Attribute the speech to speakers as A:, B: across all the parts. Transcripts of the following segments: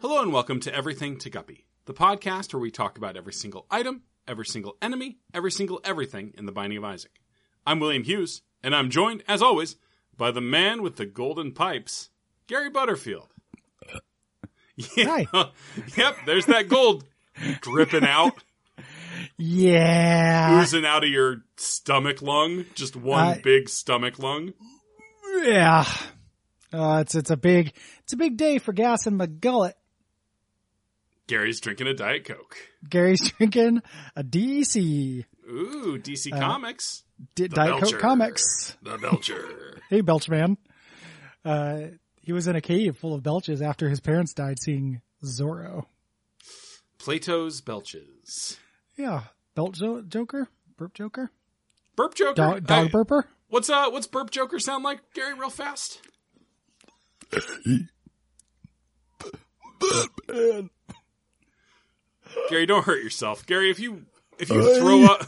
A: Hello and welcome to Everything to Guppy, the podcast where we talk about every single item, every single enemy, every single everything in the Binding of Isaac. I'm William Hughes, and I'm joined, as always, by the man with the golden pipes, Gary Butterfield. Yeah. yep, there's that gold dripping out,
B: Yeah.
A: oozing out of your stomach lung, just one
B: I-
A: big stomach lung.
B: Yeah. Uh, it's it's a big it's a big day for gas in my gullet.
A: Gary's drinking a Diet Coke.
B: Gary's drinking a DC
A: Ooh, DC Comics.
B: D-
A: The
B: uh, Diet
A: Belcher.
B: Coke Comics.
A: The Belcher.
B: Hey, Belch man. Uh, he was in a cave full of belches after his parents died, seeing Zorro.
A: Plato's Belches.
B: Yeah, Belch jo- Joker, Burp Joker,
A: Burp Joker.
B: Dog, dog
A: Uh,
B: Burper.
A: What's uh what's burp Joker sound like, Gary, real fast? Gary, don't hurt yourself. Gary, if you if you throw up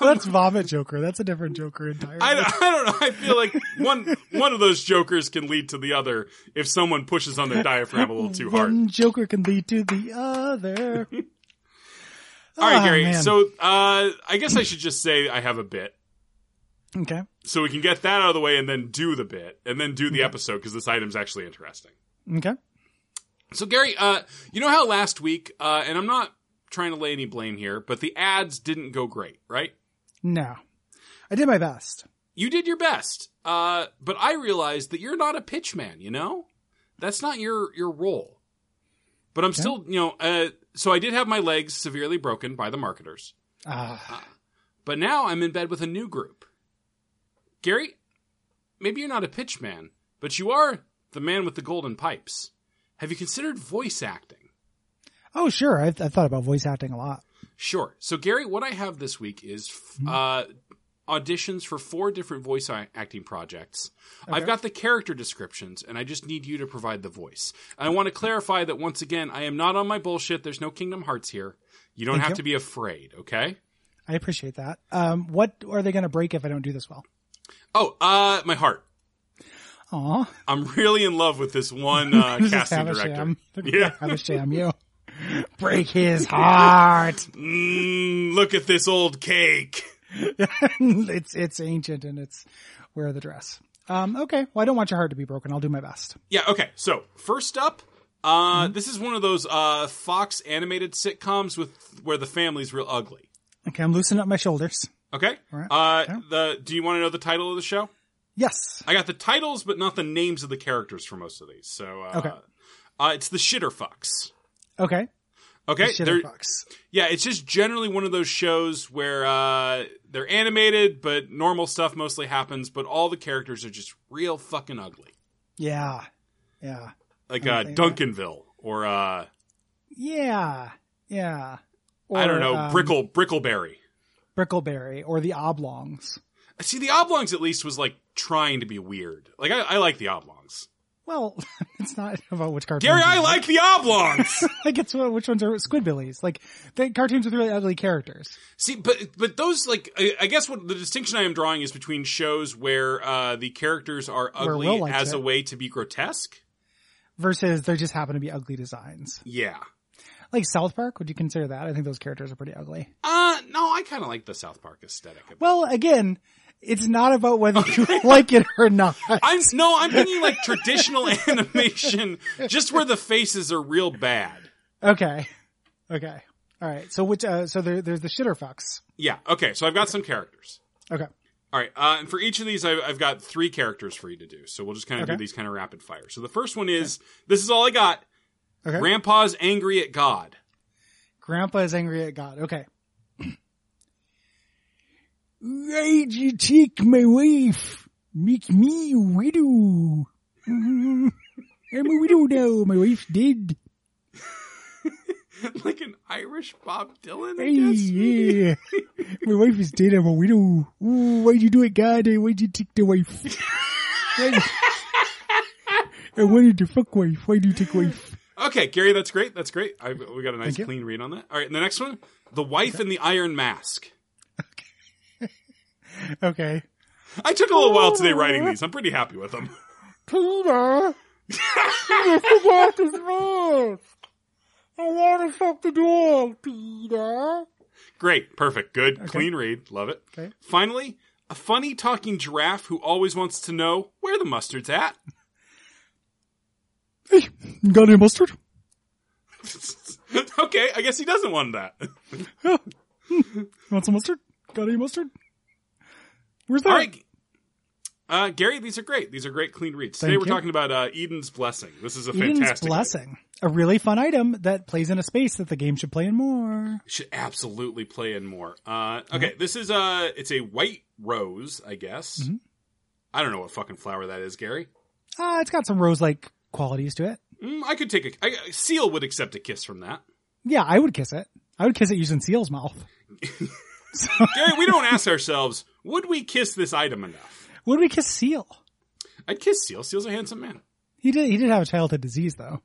B: That's Vomit Joker. That's a different Joker entirely.
A: I don't, I don't know. I feel like one one of those jokers can lead to the other if someone pushes on their diaphragm a little too hard.
B: One Joker can lead to the other.
A: All right,
B: Ah,
A: Gary.
B: man.
A: So uh I guess I should just say I have a bit.
B: okay,
A: So we can get that out of the way and then do the bit and then do the episode because this item's actually interesting.
B: okay.
A: So Gary, uh, you know how last week, uh, and I'm not trying to lay any blame here, but the ads didn't go great, right?
B: No. I did my best.
A: You did your best, uh, but I realized that you're not a pitch man. You know, that's not your your role. But I'm still, you know, uh, so I did have my legs severely broken by the marketers,
B: Ah,
A: but now I'm in bed with a new group. Gary, maybe you're not a pitch man, but you are the man with the golden pipes. Have you considered voice acting?
B: oh, sure. I've, I've thought about voice acting a lot.
A: Sure. So, Gary, what I have this week is f-
B: Hmm.
A: uh, auditions for four different voice a- acting projects. I've got the character descriptions, and I just need you to provide the voice. I want to clarify that once again, I am not on my bullshit. There's no Kingdom Hearts here. You don't
B: Thank
A: have
B: you.
A: to be afraid, okay?
B: I appreciate that. Um, what are they going to break if I don't do this well?
A: Oh, uh, my heart.
B: Aw.
A: I'm really in love with this one uh,
B: This is
A: casting
B: have a
A: director.
B: sham. They're gonna
A: Yeah.
B: Have a sham you. Break his heart.
A: Mm, look at this old cake.
B: it's it's ancient and it's wear the dress. Um, okay. Well, I don't want your heart to be broken. I'll do my best.
A: Yeah, okay. So, first up, uh,
B: Mm-hmm.
A: this is one of those uh, Fox animated sitcoms with where the family's real ugly.
B: Okay. I'm loosening up my shoulders.
A: Okay?
B: Alright,
A: Uh,
B: yeah.
A: the do you want to know the title of the show?
B: Yes.
A: I got the titles but not the names of the characters for most of these. So, uh,
B: Okay.
A: uh it's the Shitter Fox.
B: Okay.
A: Okay? They're-
B: Shitterbox.
A: yeah, it's just generally one of those shows where uh, they're animated but normal stuff mostly happens, but all the characters are just real fucking ugly.
B: Yeah. Yeah.
A: Like
B: I
A: uh,
B: don't think
A: Duncanville or uh,
B: Yeah. Yeah.
A: I don't know,
B: um,
A: Brickle Brickleberry.
B: Brickleberry or the oblongs.
A: See, the oblongs at least was like trying to be weird. Like I, I like the oblongs.
B: Well, it's not about which cartoons.
A: Gary,
B: you
A: I like the oblongs.
B: like it's what, which ones are Squidbillies. Like the cartoons with really ugly characters.
A: See, but but those like I, I guess what the distinction I am drawing is between shows where uh, the characters are
B: Where
A: ugly
B: Will likes
A: as a
B: it.
A: way to be grotesque.
B: Versus they just happen to be ugly designs.
A: Yeah.
B: Like South Park, would you consider that? I think those characters are pretty ugly.
A: Uh no, I kind of like the South Park aesthetic. Of it.
B: Well, again, it's not about whether you like it or not.
A: I'm no, I'm thinking like traditional animation, just where the faces are real bad.
B: Okay. Okay. All right. So which, uh, so there, there's the shitter fucks.
A: Yeah. Okay. So I've got some characters.
B: Okay.
A: All right, uh, and for each of these, I've, I've got three characters for you to do. So we'll just kind of do
B: Okay.
A: these kind of rapid fire. So the first one is this is all I got.
B: Okay.
A: Grandpa's angry at God.
B: Grandpa is angry at God. Okay. Why'd you take my wife? Make me a widow. I'm a widow now. My wife's dead.
A: like an Irish Bob Dylan, I
B: Hey,
A: guess. maybe?
B: yeah. My wife is dead. I'm a widow. Ooh, why'd you do it, God? Eh, Why'd you take the wife? Why'd- I wanted to fuck wife. Why'd you take wife?
A: Okay, Gary, that's great. That's great. I, we got a nice
B: Thank you.
A: clean read on that. All right, and the next one, the wife in the iron mask.
B: Okay.
A: I took a
B: Oh.
A: little while today writing these. I'm pretty happy with them.
B: Peter, Peter, forgot his mask. I want to fuck the dog, Peter.
A: Great, perfect, good, clean read. Love it.
B: Okay.
A: Finally, a funny talking giraffe who always wants to know where the mustard's at.
B: Hey, you got any mustard?
A: okay, I guess he doesn't want that.
B: Yeah. Hmm. Want some mustard? Got any mustard? Where's that?
A: All right. Uh, Gary, these are great. These are great clean reads. Today
B: Thank
A: we're
B: you.
A: talking about uh, Eden's Blessing. This is a
B: Eden's
A: fantastic.
B: Blessing. A really fun item that plays in a space that the game should play in more.
A: should absolutely play in more. Uh,
B: Mm-hmm.
A: okay, this is uh it's a white rose, I guess.
B: Mhm.
A: I don't know what fucking flower that is, Gary.
B: Ah, it's got some rose-like qualities to it.
A: Mm, I could take a I, a seal would accept a kiss from that.
B: Yeah, I would kiss it. I would kiss it using Seal's mouth.
A: Gary, we don't ask ourselves, would we kiss this item enough?
B: Would we kiss Seal?
A: I'd kiss Seal. Seal's a handsome man.
B: He did. He did have a childhood disease though,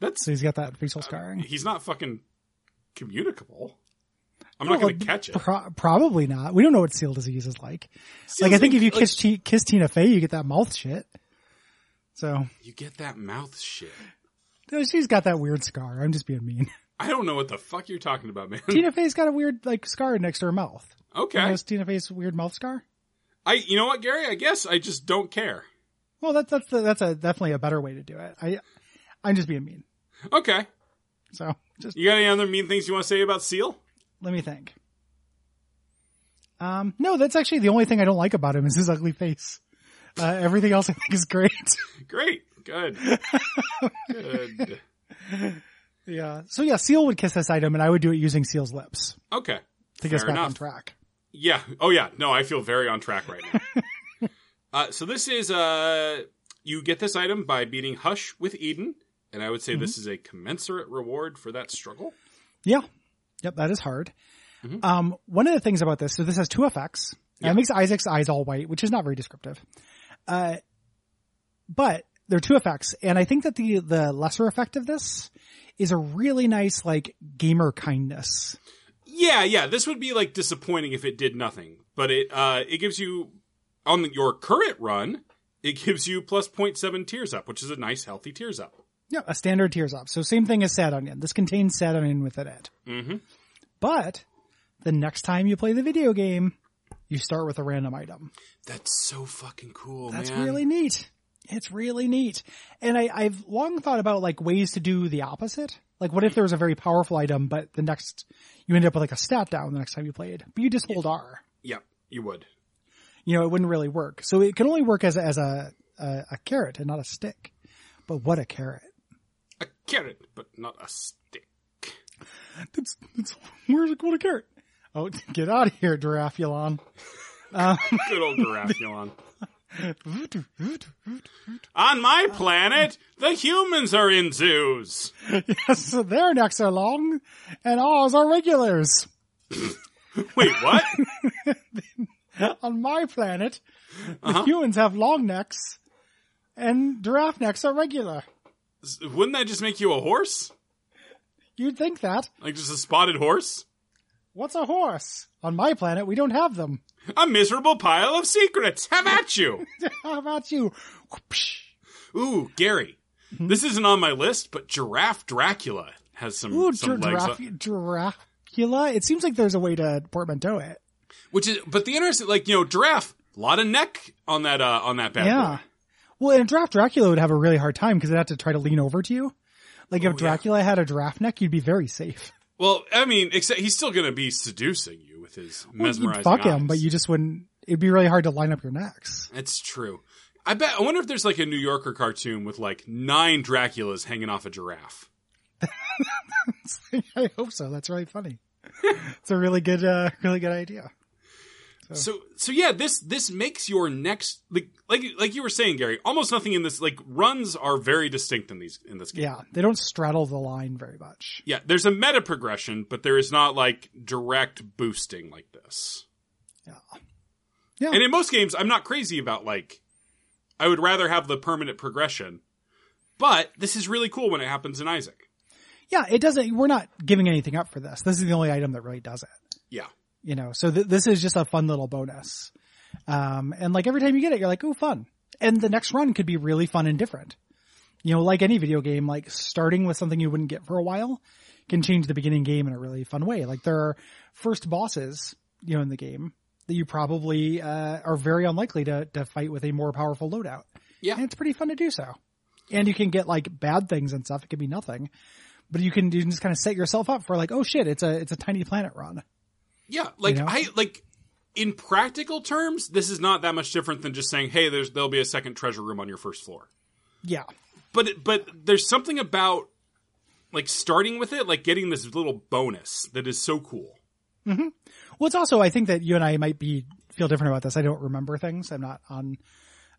A: That's
B: so he's got that facial scarring.
A: he's not fucking communicable. I'm
B: Oh,
A: not going
B: well,
A: to catch it.
B: Pro- probably not. We don't know what Seal disease is like. like I
A: Seal's
B: think if you
A: like,
B: kiss T- kiss Tina Fey, you get that mouth shit. So
A: you get that mouth shit.
B: no, she's got that weird scar. I'm just being mean.
A: I don't know what the fuck you're talking about, man.
B: Tina Fey's got a weird like scar next to her mouth. You
A: Hmm. okay.
B: notice Tina Fey's weird mouth scar.
A: I you know what, Gary? I guess I just don't care.
B: Well, that's that's the, that's a definitely a better way to do it. I I'm just being mean.
A: Okay.
B: So just
A: You got any other mean things you want to say about Seal?
B: let me think. Um, no, that's actually the only thing I don't like about him is his ugly face. Uh, everything else I think is great.
A: Great. Good. Good.
B: yeah. So yeah, Seal would kiss this item and I would do it using Seal's lips
A: Okay.
B: to get us
A: Fair
B: back
A: enough.
B: on track.
A: Yeah. Oh yeah. No, I feel very on track right now. uh, so this is uh you get this item by beating Hush with Eden, and I would say
B: Mm-hmm.
A: this is a commensurate reward for that struggle.
B: Yeah. Yep. That is hard.
A: Mhm.
B: Um, one of the things about this, so this has two effects and
A: Yeah.
B: it makes Isaac's eyes all white, which is not very descriptive. Uh, but there are two effects. And I think that the, the lesser effect of this is a really nice, like gamer kindness.
A: Yeah, yeah. This would be like disappointing if it did nothing, but it uh it gives you on the, your current run, it gives you plus 0.7 tears up, which is a nice healthy tears up.
B: Yeah, a standard tears up. So same thing as sad onion. This contains sad onion within it.
A: Mhm.
B: But the next time you play the video game, you start with a random item.
A: That's so fucking cool,
B: That's
A: man.
B: really neat. It's really neat. And I, I've long thought about like ways to do the opposite. Like what
A: Hmm.
B: if there was a very powerful item, but the next you ended up with like a stat down the next time you played, but you just hold R.
A: Yeah, you would.
B: You know, it wouldn't really work. So it can only work as a, as a, a, a carrot and not a stick. But what a carrot.
A: A carrot, but not a stick.
B: That's, that's where's the quarter carrot? Oh, get out of here, Giraffulon. Um,
A: Good old Garatheon. On my planet, the humans are in zoos.
B: yes, so their necks are long, and ours are regulars.
A: Wait, what?
B: On my planet, the
A: Uh-huh.
B: humans have long necks, and giraffe necks are regular.
A: S- Wouldn't that just make you a horse?
B: You'd think that.
A: Like just a spotted horse?
B: What's a horse? On my planet, we don't have them.
A: A miserable pile of secrets. Have at you.
B: How about you? Whoopsh.
A: Ooh, Gary.
B: Hmm?
A: This isn't on my list, but Giraffe Dracula has some,
B: Ooh,
A: some legs. up.
B: giraffe, Giraffula. It seems like there's a way to portmanteau it.
A: Which is, but the interesting, like you know, giraffe, a lot of neck on that uh on that bad
B: yeah.
A: boy.
B: Well, and Draft Dracula would have a really hard time because they'd have to try to lean over to you. Like
A: Oh, yeah.
B: if Dracula had a giraffe neck, you'd be very safe.
A: Well, I mean, except he's still gonna be seducing you with his mesmerizing.
B: You'd fuck him,
A: eyes.
B: but you just wouldn't. It'd be really hard to line up your necks.
A: That's true. I bet. I wonder if there's like a New Yorker cartoon with like nine Draculas hanging off a giraffe.
B: I hope so. That's really funny. it's a really good, uh, really good idea. Oh.
A: So, so yeah, this this makes your next like like like you were saying, Gary. Almost nothing in this like runs are very distinct in these in this game.
B: Yeah, they don't straddle the line very much.
A: Yeah, there's a meta progression, but there is not like direct boosting like this.
B: Yeah. Yeah.
A: And in most games, I'm not crazy about like I would rather have the permanent progression. But this is really cool when it happens in Isaac.
B: Yeah, it doesn't. We're not giving anything up for this. This is the only item that really does it.
A: Yeah.
B: You know, so th- this is just a fun little bonus. Um, and like every time you get it, you're like, oh, fun. And the next run could be really fun and different. You know, like any video game, like starting with something you wouldn't get for a while can change the beginning game in a really fun way. Like there are first bosses, you know, in the game that you probably, uh, are very unlikely to, to fight with a more powerful loadout.
A: Yeah.
B: And it's pretty fun to do so. And you can get like bad things and stuff. It could be nothing, but you can, you can just kind of set yourself up for like, oh shit, it's a, it's a tiny planet run.
A: Yeah, like
B: You know?
A: I like in practical terms, this is not that much different than just saying, "Hey, there's there'll be a second treasure room on your first floor."
B: Yeah.
A: But it- but there's something about like starting with it, like getting this little bonus that is so cool.
B: Well, it's also I think that you and I might be feel different about this. I don't remember things. I'm not on,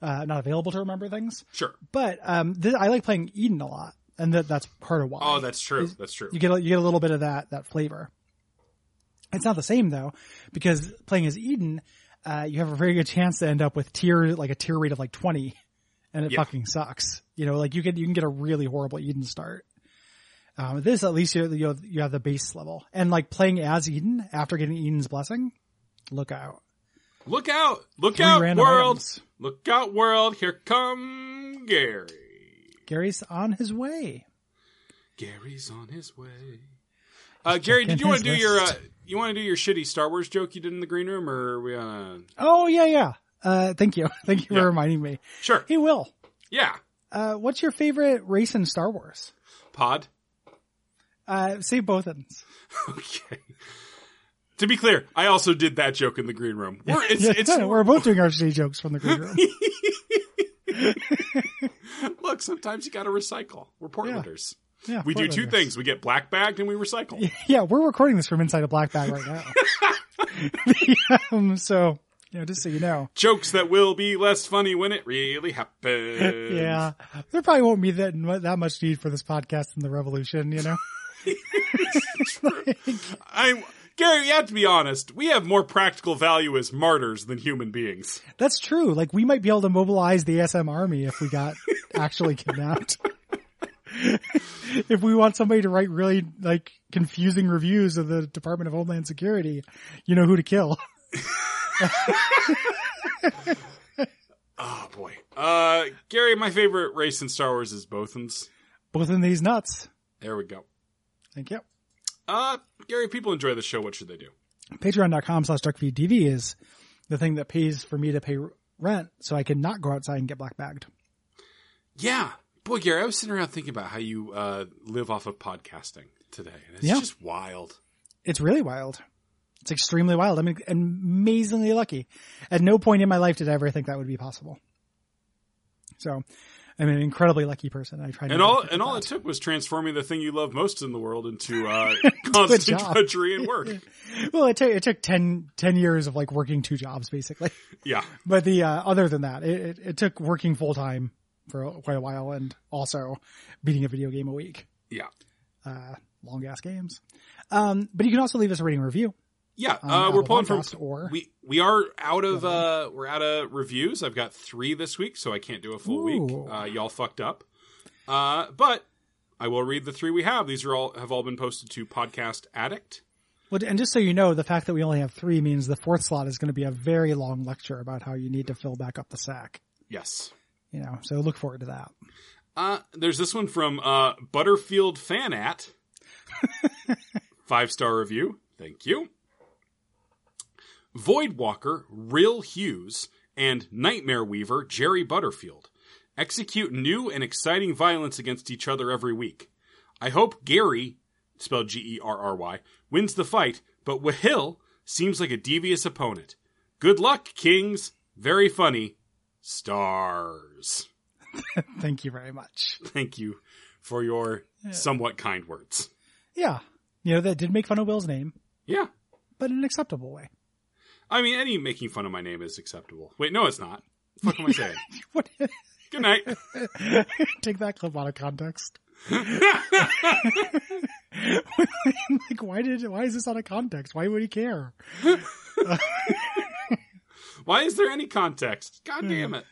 B: uh, not available to remember things.
A: Sure.
B: But um, th- I like playing Eden a lot, and that that's part of why.
A: Oh, that's true. That's true.
B: you get a, you get a little bit of that that flavor. It's not the same though, because playing as Eden, uh, you have a very good chance to end up with tier like a tier rate of like twenty, and it
A: Yeah.
B: fucking sucks. You know, like you can you can get a really horrible Eden start. Um, this at least you you have, you have the base level, and like playing as Eden after getting Eden's blessing, look out!
A: Look out! Look
B: Three
A: out,
B: random
A: world!
B: items.
A: Look out, world! Here come Gary.
B: Gary's on his way.
A: Gary's on his way. Uh, Gary, did
B: checking
A: you want to
B: his
A: do your uh,
B: list.
A: you want to do your shitty Star Wars joke you did in the green room, or are we on?
B: Oh yeah, yeah. Uh, thank you, thank you for
A: Yeah.
B: reminding me.
A: A... Sure.
B: He will.
A: Yeah.
B: Uh, what's your favorite race in Star Wars?
A: Pod.
B: Uh, say both ends.
A: Okay. To be clear, I also did that joke in the green room. We're, it's, it's,
B: we're both doing our shitty jokes from the green room.
A: look, sometimes you got to recycle. We're Portlanders.
B: Yeah,
A: we do
B: Portlanders.
A: two things: we get black bagged and we recycle.
B: Yeah, we're recording this from inside a black bag right now. um, so, you know, just so you know,
A: Jokes that will be less funny when it really happens.
B: yeah, there probably won't be that that much need for this podcast in the revolution. You know,
A: I'm Gary. You have to be honest. We have more practical value as martyrs than human beings.
B: that's true. Like, we might be able to mobilize the ASM army if we got actually kidnapped. if we want somebody to write really like confusing reviews of the Department of Homeland Security, you know who to kill.
A: Oh boy. Uh Gary, my favorite race in Star Wars is Bothans.
B: Both in these nuts.
A: There we go.
B: Thank you.
A: Uh Gary, people enjoy the show. What should they do?
B: patreon.com slash duckfeeddv is the thing that pays for me to pay rent so I can not go outside and get black bagged.
A: Yeah. Boy, Gary, I was sitting around thinking about how you uh live off of podcasting today. And it's
B: Yeah.
A: just wild.
B: It's really wild. It's extremely wild. I'm amazingly lucky. At no point in my life did I ever think that would be possible. So I'm an incredibly lucky person. I try to
A: And all
B: benefit
A: and
B: from
A: all it
B: that.
A: took was transforming the thing you love most in the world into uh constant
B: job.
A: drudgery and work.
B: well, it took it took 10, 10 years of like working two jobs basically.
A: Yeah.
B: But the uh, other than that, it, it, it took working full time for quite a while and also beating a video game a week.
A: Yeah.
B: uh, long ass games. Um, but you can also leave us a rating and review.
A: Yeah.
B: on
A: Uh,
B: Apple
A: we're pulling from
B: Podcast or
A: we we are out of uh we're out of reviews. I've got three this week, so I can't do a full
B: Ooh.
A: week. Uh, y'all fucked up. Uh, but I will read the three we have. These are all have all been posted to Podcast Addict.
B: Well, and just so you know, the fact that we only have three means the fourth slot is going to be a very long lecture about how you need to fill back up the sack.
A: Yes.
B: You know, so look forward to that.
A: Uh, there's this one from uh, Butterfield Fanat. Five star review. Thank you. Voidwalker, Rill Hughes, and Nightmare Weaver, Jerry Butterfield, execute new and exciting violence against each other every week. I hope Gary, spelled G E R R Y, wins the fight, but Wahil seems like a devious opponent. Good luck, Kings. Very funny. Stars
B: Thank you very much.
A: thank you for your somewhat kind words.
B: Yeah. You know, that did make fun of Will's name,
A: Yeah.
B: but in an acceptable way.
A: I mean, any making fun of my name is acceptable. Wait, no, it's not. What am I saying?
B: What?
A: Good night.
B: Take that clip out of context. like, why did, why is this out of context? Why would he care?
A: Why is there any context? God damn it.